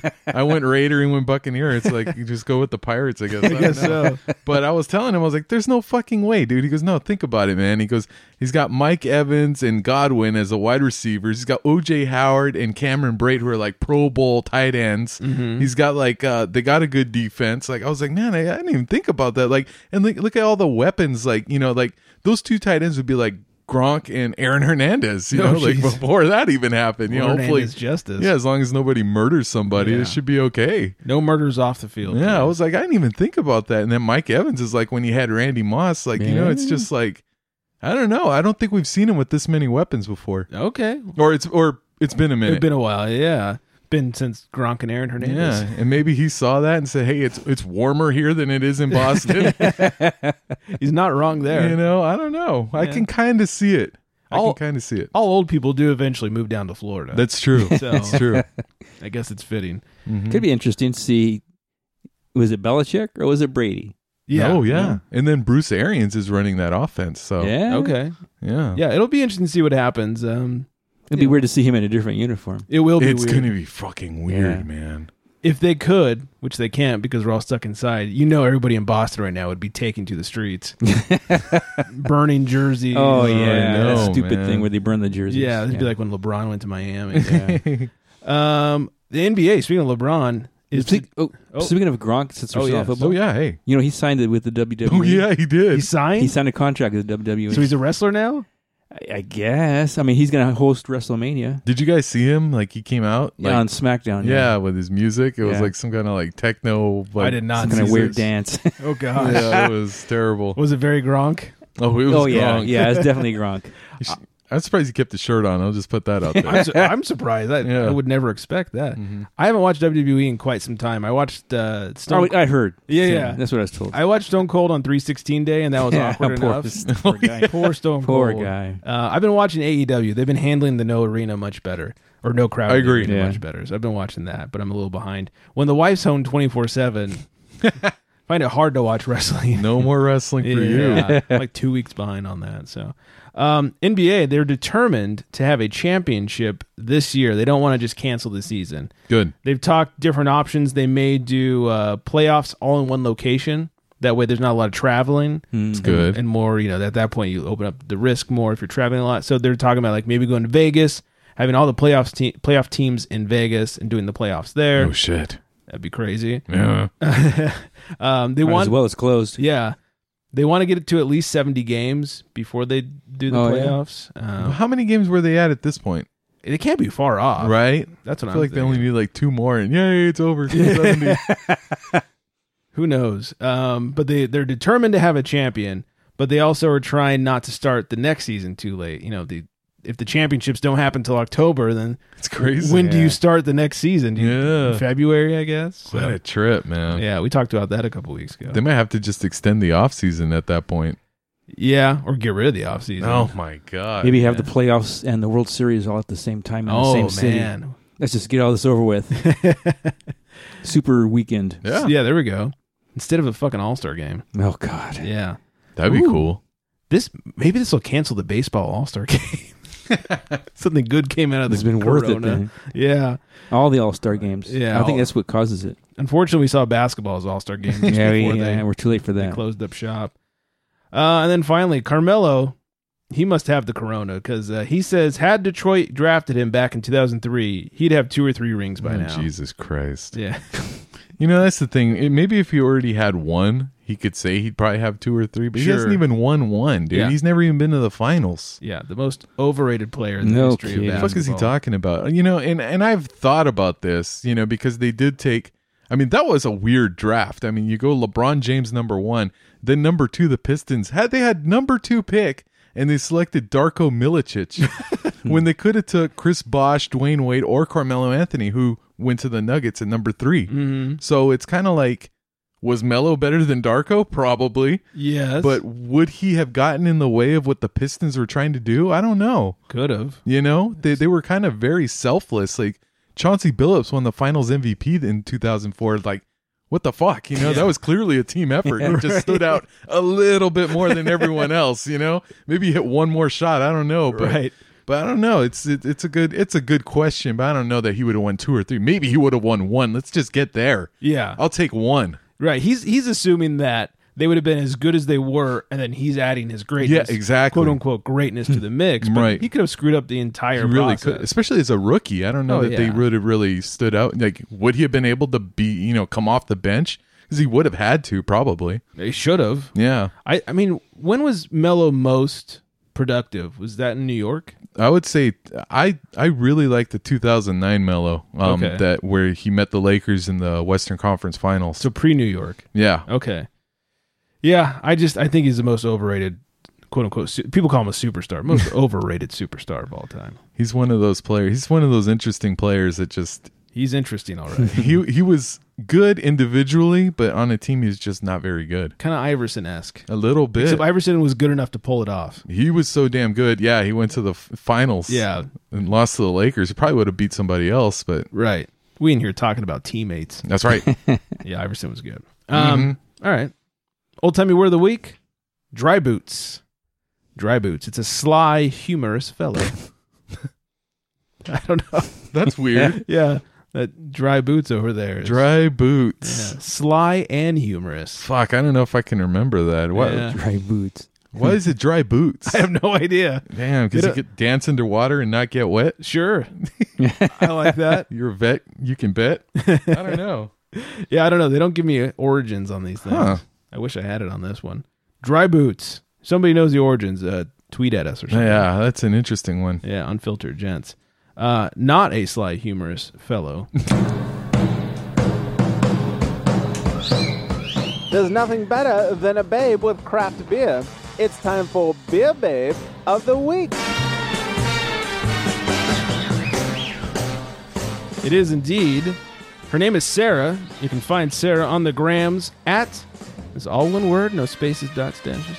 S6: know. I went Raider and went Buccaneer. It's like you just go with the Pirates, I guess. I, don't
S5: guess
S6: know. But I was telling him, I was like, "There's no fucking way, dude." He goes, "No, think about it, man." He goes, "He's got Mike Evans and Godwin as the wide receivers. He's got OJ Howard and Cameron Braid, who are like Pro Bowl tight ends.
S5: Mm-hmm.
S6: He's got like uh, they got a good defense. Like I was like, man, I, I didn't even think about that. Like, and look, look at all the weapons. Like you know, like those two tight ends would be like." Gronk and Aaron Hernandez, you
S5: No,
S6: know, like
S5: jeez.
S6: before that even happened, you know,
S5: Hernandez
S6: hopefully
S5: justice.
S6: yeah, as long as nobody murders somebody,
S5: Yeah.
S6: it should be okay.
S5: No murders off the field.
S6: Yeah, I was like, I didn't even think about that. And then Mike Evans is like, when you had Randy Moss, like, you know, it's just like, I don't know. I don't think we've seen him with this many weapons before,
S5: Okay.
S6: or it's or it's been a minute.
S5: It's been a while. Yeah. Been since Gronk and Aaron Hernandez.
S6: yeah, and maybe he saw that and said, "Hey, it's it's warmer here than it is in Boston."
S5: He's not wrong there.
S6: you know, I don't know. I can kind of see it. I
S5: All-
S6: can kind of see it.
S5: All old people do eventually move down to Florida.
S6: That's true. That's true.
S5: I guess it's fitting.
S7: Could be interesting to see. Was it Belichick or was it Brady?
S6: Oh yeah. And then Bruce Arians is running that offense. So
S7: yeah.
S5: Okay.
S6: yeah.
S5: Yeah, it'll be interesting to see what happens. Um,
S7: It'd be weird to see him in a different uniform.
S5: it will be
S6: It's
S5: weird.
S6: gonna be fucking weird,
S7: Yeah.
S6: man.
S5: if they could, which they can't because we're all stuck inside. You know, everybody in Boston right now would be taking to the streets, burning jerseys.
S7: Oh
S6: I
S7: yeah,
S6: know,
S7: that stupid
S6: man.
S7: thing where they burn the jerseys.
S5: yeah, it'd be like when LeBron went to Miami. um, the NBA. Speaking of LeBron, is
S7: Speak- oh,
S5: Oh.
S7: Speaking of Gronk, since we're
S5: Oh,
S7: still on
S5: yeah.
S6: Oh
S7: football,
S6: yeah, hey.
S7: you know he signed it with the WWE.
S6: Oh yeah, he
S5: he
S6: did.
S5: signed?
S7: he signed a contract with the WWE.
S5: so he's a wrestler now.
S7: I, I guess. I mean, he's going to host WrestleMania
S6: Did you guys see him? Like he came out, like,
S7: yeah, on SmackDown.
S6: yeah, with his music. It was
S7: Yeah.
S6: like some kind of like techno. Like,
S5: I did not
S7: some
S5: see
S7: kind of weird
S5: this.
S7: dance.
S5: Oh gosh,
S6: Yeah, it was terrible.
S5: was it very Gronk?
S6: Oh, it was
S7: oh yeah,
S6: Gronk.
S7: yeah, it's definitely Gronk.
S6: I'm surprised he kept the shirt on. I'll just put that out there.
S5: I'm, su- I'm surprised. I,
S6: Yeah.
S5: I would never expect that. I haven't watched WWE in quite some time. I watched uh,
S7: Oh,
S5: Stone.
S7: I heard.
S5: Yeah, yeah.
S7: that's what I was told.
S5: I watched Stone Cold on 316 day, and that was
S7: Yeah,
S5: awkward
S7: poor,
S5: enough.
S7: poor guy.
S5: Poor Stone
S7: Poor
S5: Cold.
S7: guy.
S5: Uh, I've been watching AEW. They've been handling the no arena much better, or no crowd.
S6: I agree.
S5: arena
S7: Yeah.
S5: much better. So I've been watching that, but I'm a little behind. When the wife's home 24 seven, find it hard to watch wrestling.
S6: no more wrestling for you.
S5: Yeah, I'm like two weeks behind on that. So um, NBA, they're determined to have a championship this year. They don't want to just cancel the season.
S6: Good.
S5: They've talked different options. They may do uh, playoffs all in one location. That way, there's not a lot of traveling.
S7: Hmm,
S5: It's
S6: good.
S5: and more. You know, at that point, you open up the risk more if you're traveling a lot. So they're talking about like maybe going to Vegas, having all the playoffs te- playoff teams in Vegas and doing the playoffs there.
S6: Oh shit.
S5: That'd be crazy.
S6: Yeah.
S5: Um, they
S7: Might
S5: want,
S7: as well, it's closed.
S5: yeah, they want to get it to at least 70 games before they do the
S7: Oh, yeah.
S5: playoffs. Um,
S6: How many games were they at at this point?
S5: they can't be far off,
S6: Uh, Right.
S5: That's what
S6: I
S5: I'm
S6: feel like
S5: thinking.
S6: they only need like two more, and yay, it's over. 70.
S5: who knows um, but they they're determined to have a champion but they also are trying not to start the next season too late you know the if the championships don't happen till october then
S6: it's crazy.
S5: when do you start the next season Do you-
S6: Yeah.
S5: february i guess So,
S6: What a trip, man.
S5: yeah we talked about that a couple weeks ago
S6: They might have to just extend the off season at that point.
S5: yeah or get rid of the offseason
S6: Oh my god.
S7: Maybe have the playoffs and the World Series all at the same time in
S5: Uh, Oh,
S7: the same city.
S5: man
S7: Let's just get all this over with. Super weekend.
S6: Yeah.
S5: yeah there we go instead of a fucking all-star game
S7: Oh God.
S5: yeah
S6: That'd be
S5: Ooh.
S6: cool.
S5: this maybe this will cancel the baseball all-star game something good came out of
S7: It's
S5: this
S7: been worth it.
S5: corona.
S7: Then.
S5: yeah
S7: All the All Star games.
S5: Yeah,
S7: I think
S5: all-
S7: that's what causes it.
S5: Unfortunately, we saw basketball as All Star game just
S7: yeah,
S5: before
S7: yeah,
S5: they
S7: we're too late for that.
S5: closed up shop. Uh, and then finally, Carmelo he must have the corona because uh, he says had Detroit drafted him back in 2003, he'd have two or three rings by
S6: Oh,
S5: now.
S6: Jesus Christ.
S5: Yeah,
S6: You know, that's the thing. It- maybe if he already had one, he could say he'd probably have two or three, but he hasn't
S5: Sure.
S6: even won one, dude.
S5: Yeah.
S6: He's never even been to the finals.
S5: yeah, the most overrated player in the
S7: No
S5: history
S7: kidding.
S5: of
S6: What the fuck is he
S5: basketball.
S6: talking about? You know, and and I've thought about this, you know, because they did take. I mean, that was a weird draft. I mean, you go LeBron James number one, then number two, the Pistons had they had number two pick, and they selected Darko Milicic when they could have took Chris Bosh, Dwayne Wade, or Carmelo Anthony, who went to the Nuggets at number 3 So it's kind of like, was Melo better than Darko? Probably,
S5: Yes,
S6: but would he have gotten in the way of what the Pistons were trying to do? I don't know.
S5: could have.
S6: You know, they they were kind of very selfless. Like Chauncey Billups won the Finals MVP in 2004. Like, what the fuck? You know, that was clearly a team effort. He just stood out a little bit more than everyone else. You know, maybe he hit one more shot. I don't know, but.
S5: Right.
S6: But I don't know. It's it, it's a good it's a good question. But I don't know that he would have won two or three. Maybe he would have won one. Let's just get there.
S5: Yeah,
S6: I'll take one.
S5: right. He's he's assuming that they would have been as good as they were, and then he's adding his greatness,
S6: Yeah, exactly.
S5: quote unquote greatness to the mix. But
S6: Right.
S5: he could have screwed up the entire
S6: He really
S5: process.
S6: could, especially as a rookie. I don't know
S5: Oh,
S6: that they
S5: yeah.
S6: would have really stood out. Like, would he have been able to be, you know, come off the bench? Because he would have had to, probably.
S5: They should have.
S6: Yeah,
S5: I, I mean, when was Mello most productive? Was that in New York?
S6: I would say I I really like the 2009 Mello, um,
S5: Okay.
S6: that where he met the Lakers in the Western Conference Finals.
S5: So pre New York.
S6: yeah,
S5: Okay. Yeah, I just I think he's the most overrated, quote unquote. Su- people call him a superstar, most overrated superstar of all time.
S6: he's one of those players. He's one of those interesting players that just
S5: He's interesting already.
S6: he he was good individually, but on a team he's just not very good.
S5: kind of Iverson esque.
S6: A little bit.
S5: Except Iverson was good enough to pull it off.
S6: He was so damn good. Yeah, he went to the f- finals.
S5: Yeah.
S6: and lost to the Lakers. He probably would have beat somebody else, but
S5: Right. We in here talking about teammates.
S6: that's right.
S5: Yeah, Iverson was good. Um, all right. Old timey word of the week: dry boots. Dry boots. It's a sly, humorous fellow. I don't know.
S6: that's weird.
S5: Yeah, that dry boots over there. is-
S6: Mm-hmm. Dry boots.
S5: Yeah, sly and humorous.
S6: Fuck, I don't know if I can remember that. Why,
S5: Yeah.
S7: Dry boots.
S6: why is it dry boots?
S5: I have no idea.
S6: Damn, because
S5: It,
S6: you
S5: uh,
S6: could dance underwater and not get wet.
S5: Sure, I like that.
S6: You're a vet. You can bet. I don't know.
S5: Yeah, I don't know. They don't give me origins on these things.
S6: Huh.
S5: I wish I had it on this one. Dry boots. Somebody knows the origins. Uh, tweet at us or something.
S6: Yeah, that's an interesting one.
S5: Yeah, unfiltered gents. Uh, not a sly, humorous fellow.
S1: There's nothing better than a babe with craft beer. It's time for Beer Babe of the Week.
S5: It is indeed. Her name is Sarah. You can find Sarah on the grams at, it's all one word, no spaces, dots, dashes,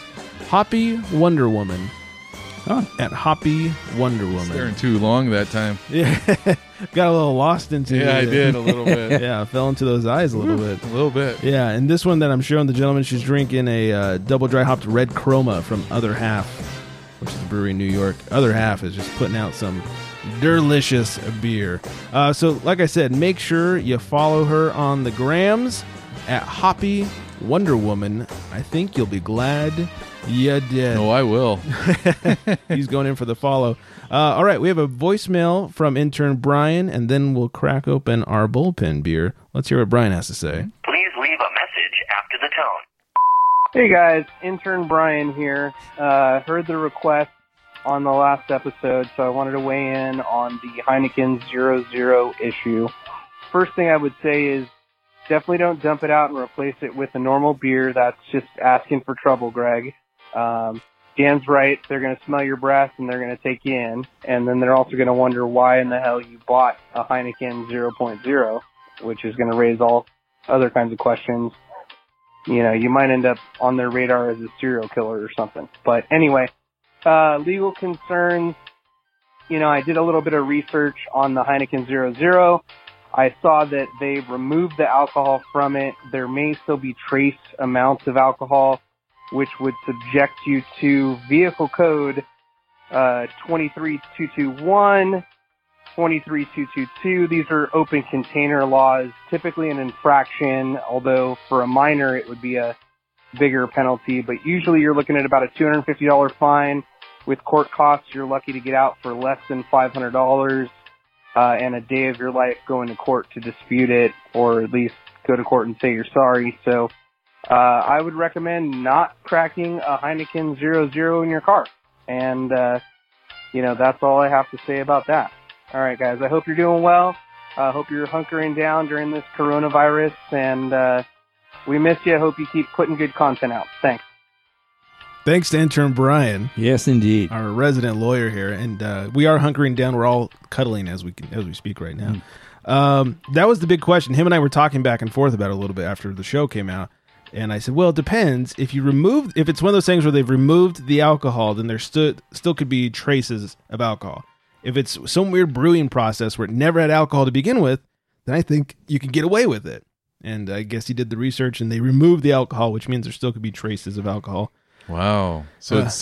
S5: Hoppy Wonder Woman.
S7: Oh.
S5: At Hoppy Wonder Woman.
S6: Staring too long that time.
S5: Yeah. Got a little lost uh, into
S6: Yeah, I
S5: it.
S6: did a little bit.
S5: Yeah, fell into those eyes a little bit.
S6: A little bit.
S5: Yeah, and this one that I'm showing the gentleman, she's drinking a uh, double dry hopped red chroma from Other Half, which is a brewery in New York. Other Half is just putting out some delicious beer. Uh, so, like I said, make sure you follow her on the grams at Hoppy Wonder Woman. I think you'll be glad you did.
S6: No, Oh, I will.
S5: He's going in for the follow. Uh, all right, we have a voicemail from intern Brian, and then we'll crack open our bullpen beer. Let's hear what Brian has to say.
S10: Please leave a message after the tone.
S11: Hey guys, intern Brian here. Uh, heard the request on the last episode, so I wanted to weigh in on the Heineken Zero Zero issue. First thing I would say is definitely don't dump it out and replace it with a normal beer. That's just asking for trouble, Greg. Um, Dan's right. They're going to smell your breath and they're going to take you in. And then they're also going to wonder why in the hell you bought a Heineken 0.0, which is going to raise all other kinds of questions you know, you might end up on their radar as a serial killer or something. But anyway, uh, legal concerns. You know, I did a little bit of research on the Heineken Zero Zero. I saw that they've removed the alcohol from it. There may still be trace amounts of alcohol, which would subject you to vehicle code uh, 23221, 23222. These are open container laws, typically an infraction, although for a minor it would be a bigger penalty, but usually you're looking at about a $250 fine With court costs, you're lucky to get out for less than $500 uh, and a day of your life going to court to dispute it or at least go to court and say you're sorry. So uh, I would recommend not cracking a Heineken 00 in your car. And, uh, you know, that's all I have to say about that. All right, guys, I hope you're doing well. I uh, hope you're hunkering down during this coronavirus. And uh, we miss you. I hope you keep putting good content out. Thanks.
S5: Thanks to intern Brian.
S7: Yes, indeed.
S5: Our resident lawyer here, and uh, we are hunkering down. We're all cuddling as we can, as we speak right now. Um, that was the big question. Him and I were talking back and forth about it a little bit after the show came out, and I said, "Well, it depends. If you remove, if it's one of those things where they've removed the alcohol, then there stood still could be traces of alcohol. If it's some weird brewing process where it never had alcohol to begin with, then I think you can get away with it." And I guess he did the research, and they removed the alcohol, which means there still could be traces of alcohol.
S6: Wow. So
S5: Uh.
S6: it's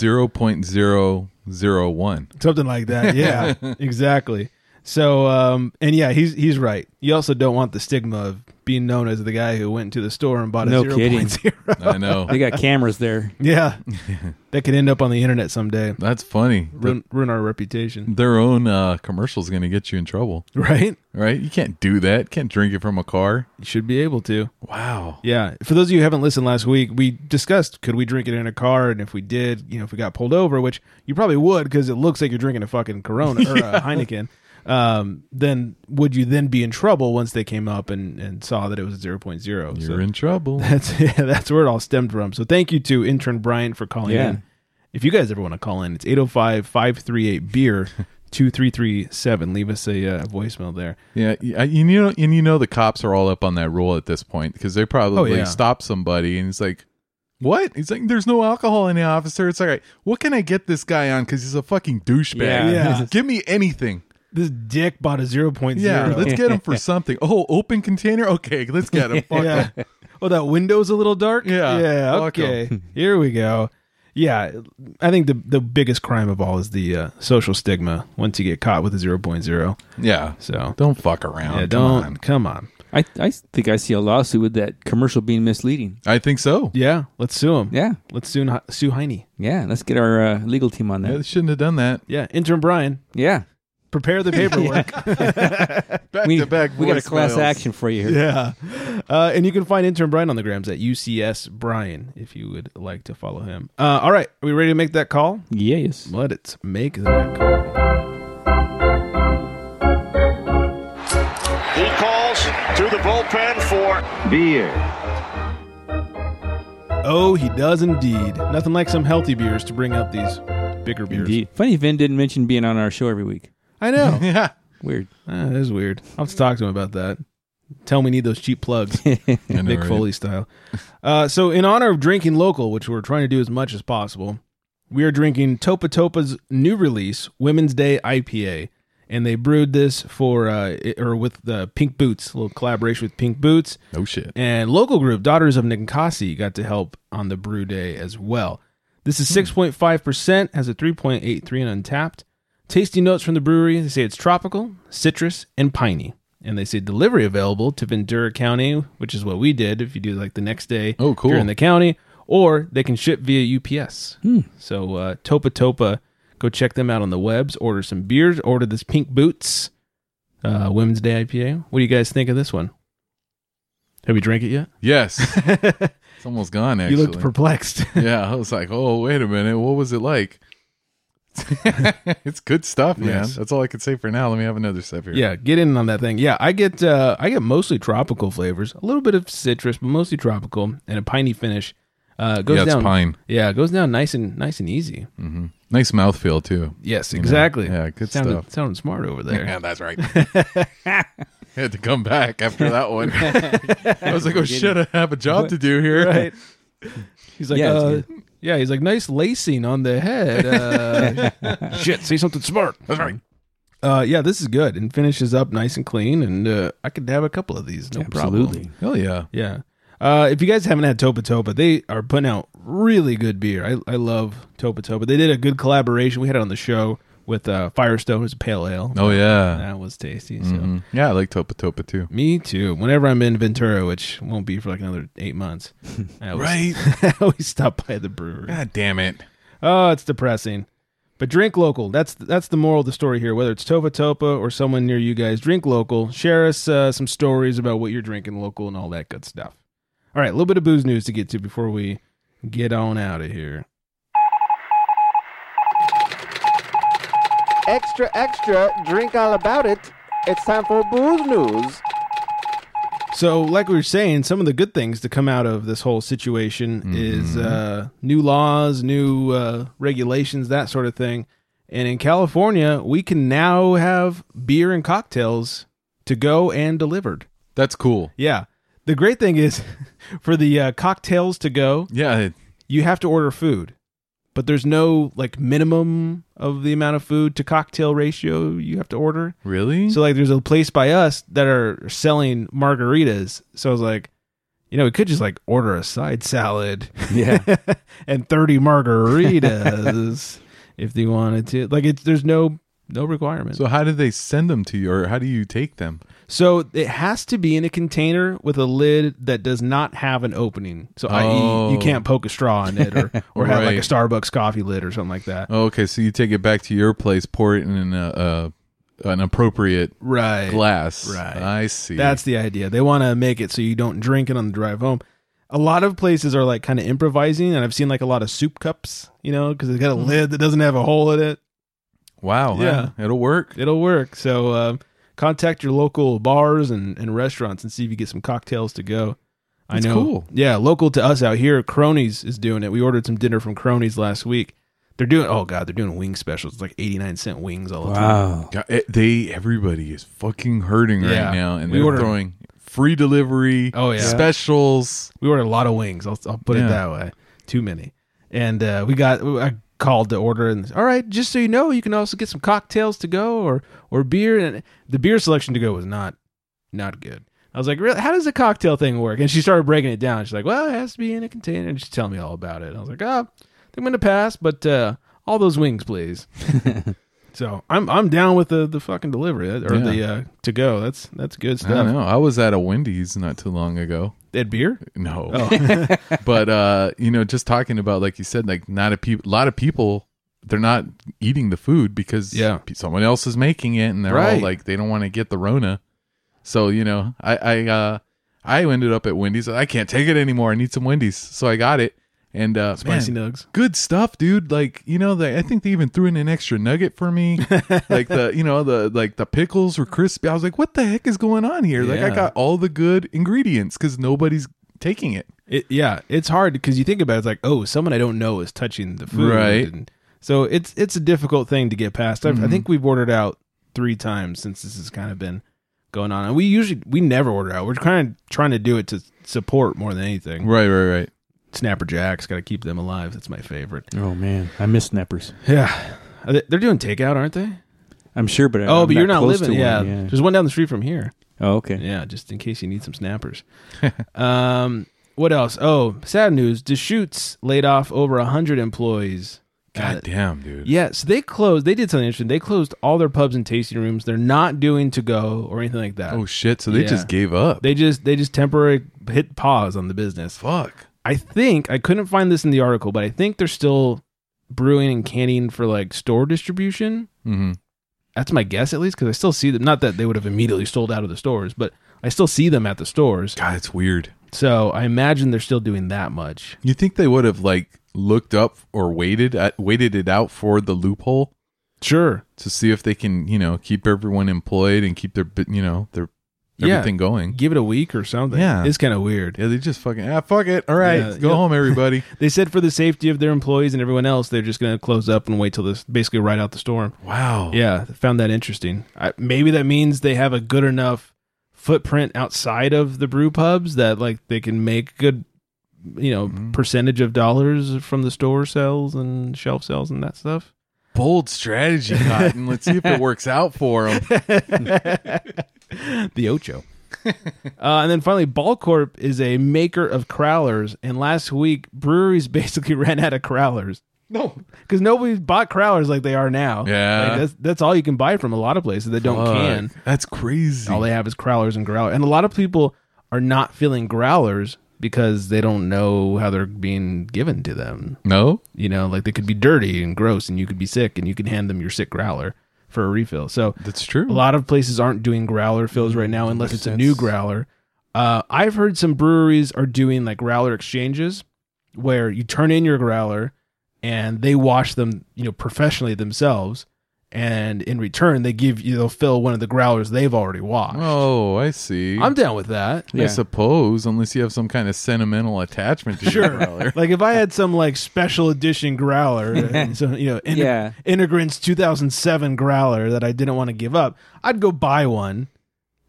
S6: 0.001.
S5: something like that yeah exactly so um and yeah he's he's right you also don't want the stigma of being known as the guy who went to the store and bought a
S7: No
S5: 0.0
S7: kidding. I know. They got cameras there.
S5: yeah that could end up on the internet someday
S6: That's funny.
S5: ruin, ruin our reputation
S6: Their own uh, commercial's going to get you in trouble.
S5: Right?
S6: Right? You can't do that. Can't drink it from a car.
S5: You should be able to.
S6: Wow.
S5: yeah for those of you who haven't listened last week we discussed could we drink it in a car and if we did you know if we got pulled over which you probably would because it looks like you're drinking a fucking corona or a
S6: Yeah.
S5: heineken um then would you then be in trouble once they came up and and saw that it was 0.0 you're
S6: in trouble
S5: that's yeah, that's where it all stemmed from so thank you to intern brian for calling
S7: Yeah.
S5: in if you guys ever want to call in it's 805-538 beer 2337 leave us a uh, voicemail there
S6: Yeah, y- I- you know, and you know the cops are all up on that rule at this point because they probably
S5: Oh, yeah.
S6: stop somebody and he's like, "What?" He's like, "There's no alcohol in the officer." It's like, "What can I get this guy on?" Because he's a fucking douchebag.
S5: Yeah. Yeah.
S6: give me anything.
S5: this dick bought a 0.0
S6: Yeah, let's get him for something. Oh, open container. Okay, let's get him. Fuck
S5: yeah.
S6: him.
S5: Oh, that window's a little dark.
S6: Yeah,
S5: Yeah.
S6: fuck 'em.
S5: Okay. Here we go. Yeah, I think the the biggest crime of all is the uh, social stigma. Once you get caught with a 0.0.
S6: Yeah.
S5: So
S6: don't fuck around.
S5: Yeah,
S6: Come
S5: don't
S6: on.
S5: come on.
S7: I, I think I see a lawsuit with that commercial being misleading.
S6: I think so.
S5: Yeah, let's sue him.
S7: Yeah,
S5: let's sue Hi- sue Heine.
S7: Yeah, let's get our uh, legal team on
S6: Yeah, they
S7: that.
S6: shouldn't have done that.
S5: Yeah, intern Brian.
S7: Yeah,
S5: prepare the paperwork.
S6: back
S7: we,
S6: to back.
S7: We got a class
S6: voicemails.
S7: action for you here.
S5: Yeah. Uh, and you can find intern Brian on the grams at UCS Brian if you would like to follow him. Uh, all right, are we ready to make that call?
S7: Yes.
S5: Let's make that call.
S12: He calls to the bullpen for
S3: Beer.
S5: Oh, he does indeed. Nothing like some healthy beers to bring up these bigger beers.
S7: Indeed. Funny, Vin didn't mention being on our show every week.
S5: I know. Ah,
S6: yeah.
S7: Weird.
S5: that is weird. I'll have to talk to him about that. Tell him we need those cheap plugs,
S6: know,
S5: Nick
S6: right?
S5: Foley style. Uh, so, in honor of drinking local, which we're trying to do as much as possible, we are drinking Topa Topa's new release, Women's Day IPA, and they brewed this for uh, it- or with the Pink Boots, a little collaboration with Pink Boots.
S6: No Oh, shit.
S5: And local group Daughters of Ninkasi got to help on the brew day as well. This
S6: Hmm.
S5: is 6.5%, has a 3.83 and untapped. Tasty notes from the brewery. They say it's tropical, citrus, and piney. And they say delivery available to Ventura County, which is what we did if you do like the next day
S6: Oh, cool.
S5: if you're in the county, or they can ship via UPS. So uh, Topa Topa, go check them out on the webs, order some beers, order this Pink Boots uh, Women's Day IPA. What do you guys think of this one? Have you drank it yet?
S6: Yes. it's almost gone. Actually,
S5: You looked perplexed.
S6: yeah, I was like, oh, wait a minute. What was it like? it's good stuff, man.
S5: Yes.
S6: That's all I could say for now. Let me have another sip here.
S5: yeah, get in on that thing. Yeah, I get uh, I get mostly tropical flavors, a little bit of citrus, but mostly tropical, and a piney finish. Uh, it goes
S6: Yeah, it's
S5: down
S6: pine.
S5: Yeah, it goes down nice and nice and easy.
S6: hmm Nice mouthfeel, too.
S5: Yes,
S6: You know?
S5: exactly.
S6: Yeah, good
S5: sounded,
S6: stuff.
S5: Sounded smart over there.
S6: Yeah, that's right. had to come back after that one. I was like, oh, shit, I have a job to do here.
S5: Right. He's like,
S7: Yeah, it's
S5: uh, yeah. He's like, nice lacing on the head. Uh, shit, say something smart.
S6: That's right.
S5: Uh, yeah, this is good and finishes up nice and clean. And uh, I could have a couple of these, no
S7: Absolutely.
S5: problem.
S6: Hell yeah.
S5: Yeah. Uh, if you guys haven't had Topa Topa, they are putting out really good beer. I, I love Topa Topa. They did a good collaboration. We had it on the show with uh, Firestone, who's a pale ale.
S6: Oh, yeah.
S5: That was tasty. So.
S6: Mhm. Yeah, I like Topa Topa, too.
S5: Me too. Whenever I'm in Ventura, which won't be for like another eight months, I always,
S6: Right.
S5: I always stop by the brewery.
S6: God damn it.
S5: Oh, it's depressing. But drink local. That's that's the moral of the story here. Whether it's Tova Topa or someone near you guys, drink local. Share us uh, some stories about what you're drinking local and all that good stuff. All right, a little bit of booze news to get to before we get on out of here.
S1: Extra, extra, drink all about it. It's time for booze news.
S5: So, like we were saying, some of the good things to come out of this whole situation is uh, new laws, new uh, regulations, that sort of thing. And in California, we can now have beer and cocktails to go and delivered.
S6: That's cool.
S5: Yeah. The great thing is for the uh, cocktails to go,
S6: yeah,
S5: you have to order food. But there's no like minimum of the amount of food to cocktail ratio you have to order.
S6: Really?
S5: So like there's a place by us that are selling margaritas. So I was like, you know, we could just like order a side salad.
S7: Yeah.
S5: and 30 margaritas if they wanted to. Like it's there's no no requirement.
S6: So how do they send them to you, or how do you take them?
S5: So it has to be in a container with a lid that does not have an opening. So i.e.
S6: Oh.
S5: you can't poke a straw in it or, or have like a
S6: Right. Oh,
S5: Starbucks coffee lid or something like that.
S6: Okay, so you take it back to your place, pour it in a, a an appropriate
S5: Right.
S6: glass.
S5: Eh, Right.
S6: I see.
S5: That's the idea. They want to make it so you don't drink it on the drive home. A lot of places are like kind of improvising, and I've seen like a lot of soup cups, you know, because it's got a
S6: Hmm.
S5: lid that doesn't have a hole in it.
S6: wow.
S5: Yeah.
S6: Yeah, it'll work.
S5: It'll work. So um, contact your local bars and, and restaurants and see if you get some cocktails to go. I
S6: That's
S5: know.
S6: cool.
S5: Yeah, local to us out here, Cronies is doing it. We ordered some dinner from Cronies last week. They're doing oh god, they're doing wing specials. It's like eighty nine cent wings all the time.
S7: Wow.
S6: God, it- eh, they everybody is fucking hurting right
S5: Yeah.
S6: now, and
S5: We
S6: they're
S5: ordered-
S6: throwing free delivery.
S5: Oh, yeah.
S6: specials.
S5: We ordered a lot of wings. I'll, I'll put it
S6: Yeah.
S5: that way. Too many. And uh, we got. I called to order, and all right. Just so you know, you can also get some cocktails to go or or beer. And the beer selection to go was not not good. I was like, really? How does the cocktail thing work? And she started breaking it down. She's like, well, it has to be in a container. And she's telling me all about it. And I was like, oh, I think I'm gonna pass, but uh, all those wings, please. so I'm I'm down with the the fucking delivery or the
S6: Yeah.
S5: uh, to go. That's that's good
S6: I don't
S5: stuff.
S6: know. I was at a Wendy's not too long ago.
S5: They had beer.
S6: No,
S5: Oh.
S6: but uh, you know, just talking about like you said, like not a peop- lot of people. They're not eating the food because
S5: Yeah.
S6: pe- someone else is making it, and they're all
S5: Right.
S6: like they don't want to get the Rona. So you know, I I uh, I ended up at Wendy's. I can't take it anymore. I need some Wendy's, so I got it. And uh,
S5: Spicy
S6: man,
S5: nugs.
S6: good stuff, dude. Like you know, they, I think they even threw in an extra nugget for me. like the you know the like the pickles were crispy. I was like, what the heck is going on here? Like I
S5: Yeah.
S6: got all the good ingredients because nobody's taking it.
S5: It, yeah, it's hard because you think about it, it's like, oh, someone I don't know is touching the food,
S6: Right.
S5: And so it's it's a difficult thing to get past.
S7: Mm-hmm.
S5: I've, I think we've ordered out three times since this has kind of been going on, and we usually we never order out. We're kind of trying to do it to support more than anything.
S6: Right, right, right.
S5: Snapper Jacks got to keep them alive. That's my favorite.
S7: Oh man, I miss snappers.
S5: Yeah, Are they- they're doing takeout, aren't they?
S7: I'm sure, but I-
S5: oh,
S7: I'm
S5: but you're not
S7: close
S5: living.
S7: to
S5: Yeah.
S7: one, yeah.
S5: there's one down the street from here.
S7: Oh, okay.
S5: Yeah, just in case you need some snappers. um, what else? Oh, sad news. Deschutes laid off over 100 employees.
S6: God
S5: Uh,
S6: damn, dude.
S5: Yeah, so they closed. They did something interesting. They closed all their pubs and tasting rooms. They're not doing to go or anything like that.
S6: Oh shit. So they
S5: Yeah.
S6: just gave up.
S5: They just they just temporary hit pause on the business.
S6: Fuck.
S5: I think I couldn't find this in the article, but I think they're still brewing and canning for like store distribution.
S6: Mm-hmm.
S5: That's my guess, at least, because I still see them. Not that they would have immediately sold out of the stores, but I still see them at the stores.
S6: God, it's weird.
S5: So I imagine they're still doing that much.
S6: You think they would have like looked up or waited uh, waited it out for the loophole
S5: Sure.
S6: to see if they can you know keep everyone employed and keep their bu- you know their
S5: Yeah.
S6: everything going.
S5: Give it a week or something.
S6: Yeah.
S5: It's kind of weird.
S6: Yeah, they just fucking ah fuck it. All right,
S5: Yeah,
S6: go
S5: yeah.
S6: home everybody.
S5: They said for the safety of their employees and everyone else, they're just going to close up and wait till this basically ride out the storm.
S6: wow.
S5: Yeah, I found that interesting. I, maybe that means they have a good enough footprint outside of the brew pubs that like they can make good, you know,
S6: Mm-hmm.
S5: percentage of dollars from the store sales and shelf sales and that stuff.
S6: Bold strategy, Cotton. Let's see if it works out for them.
S5: The Ocho. Uh, and then finally, Ball Corp is a maker of crowlers. And last week, breweries basically ran out of crowlers. No, because nobody's bought crowlers like they are now.
S6: Yeah.
S5: Like, that's that's all you can buy from a lot of places that don't can.
S6: That's crazy.
S5: All they have is crowlers and growlers. And a lot of people are not filling growlers. because they don't know how they're being given to them.
S6: No?
S5: You know, like they could be dirty and gross and you could be sick and you can hand them your sick growler for a refill. So
S6: That's true.
S5: A lot of places aren't doing growler fills right now unless it's a new growler. Uh, I've heard some breweries are doing like growler exchanges where you turn in your growler and they wash them, you know, professionally themselves. And in return, they give you, they'll fill one of the growlers they've already washed.
S6: Oh, I see.
S5: I'm down with that.
S6: I suppose, unless you have some kind of sentimental attachment to your growler.
S5: like if I had some like special edition growler, and some, you know, in-
S6: Yeah.
S5: Integrants 2007 growler that I didn't want to give up, I'd go buy one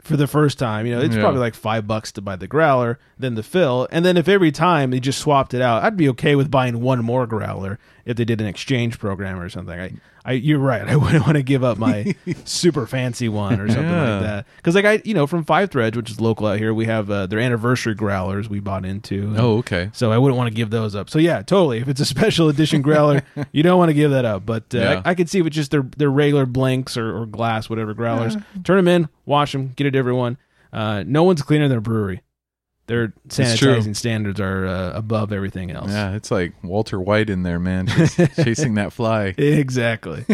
S5: for the first time. You know, it's
S6: Yeah.
S5: probably like five bucks to buy the growler, then the fill, and then if every time they just swapped it out, I'd be okay with buying one more growler if they did an exchange program or something. I, I you're right. I wouldn't want to give up my super fancy one or something
S6: Yeah.
S5: like that. Because like I, you know, from Five Threads, which is local out here, we have uh, their anniversary growlers we bought into.
S6: Oh, okay.
S5: So I wouldn't want to give those up. So yeah, totally. If it's a special edition growler, you don't want to give that up. But uh,
S6: Yeah.
S5: I, I could see with just their their regular blanks or, or glass, whatever growlers, turn them in, wash them, get a different one. Uh, no one's cleaning their brewery. Their
S6: true.
S5: sanitizing standards are uh, above everything else.
S6: Yeah, it's like Walter White in there, man, just chasing that fly.
S5: Exactly.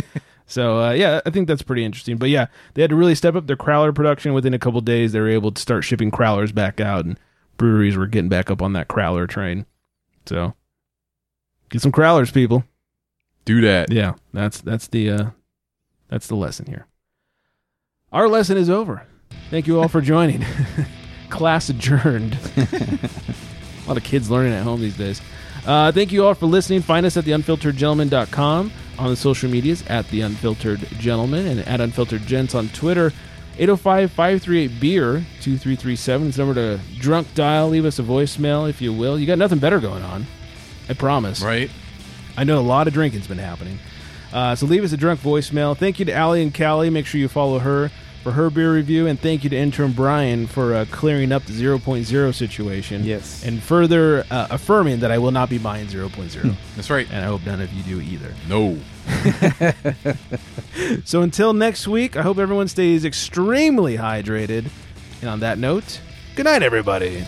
S5: so uh, yeah, I think that's pretty interesting. But yeah, they had to really step up their crowler production within a couple days. They were able to start shipping crowlers back out, and breweries were getting back up on that crowler train. So get some crowlers, people.
S6: Do that.
S5: Yeah, that's that's the uh, that's the lesson here. Our lesson is over. Thank you all for joining. Class adjourned. a lot of kids learning at home these days. Uh, thank you all for listening. Find us at theunfilteredgentleman.com on the social medias at the unfiltered gentleman and at unfiltered gents on Twitter. 805 538 beer 2337 is the number to drunk dial. Leave us a voicemail if you will. You got nothing better going on. I promise.
S6: Right?
S5: I know a lot of drinking's been happening. Uh, so leave us a drunk voicemail. Thank you to Allie and Callie. Make sure you follow her for her beer review. And thank you to intern Brian for uh, clearing up the 0.0 situation. Yes. And further uh, affirming that I will not be buying 0.0.
S6: That's right.
S5: And I hope none of you do either.
S6: No.
S5: so until next week, I hope everyone stays extremely hydrated. And on that note, good night, everybody.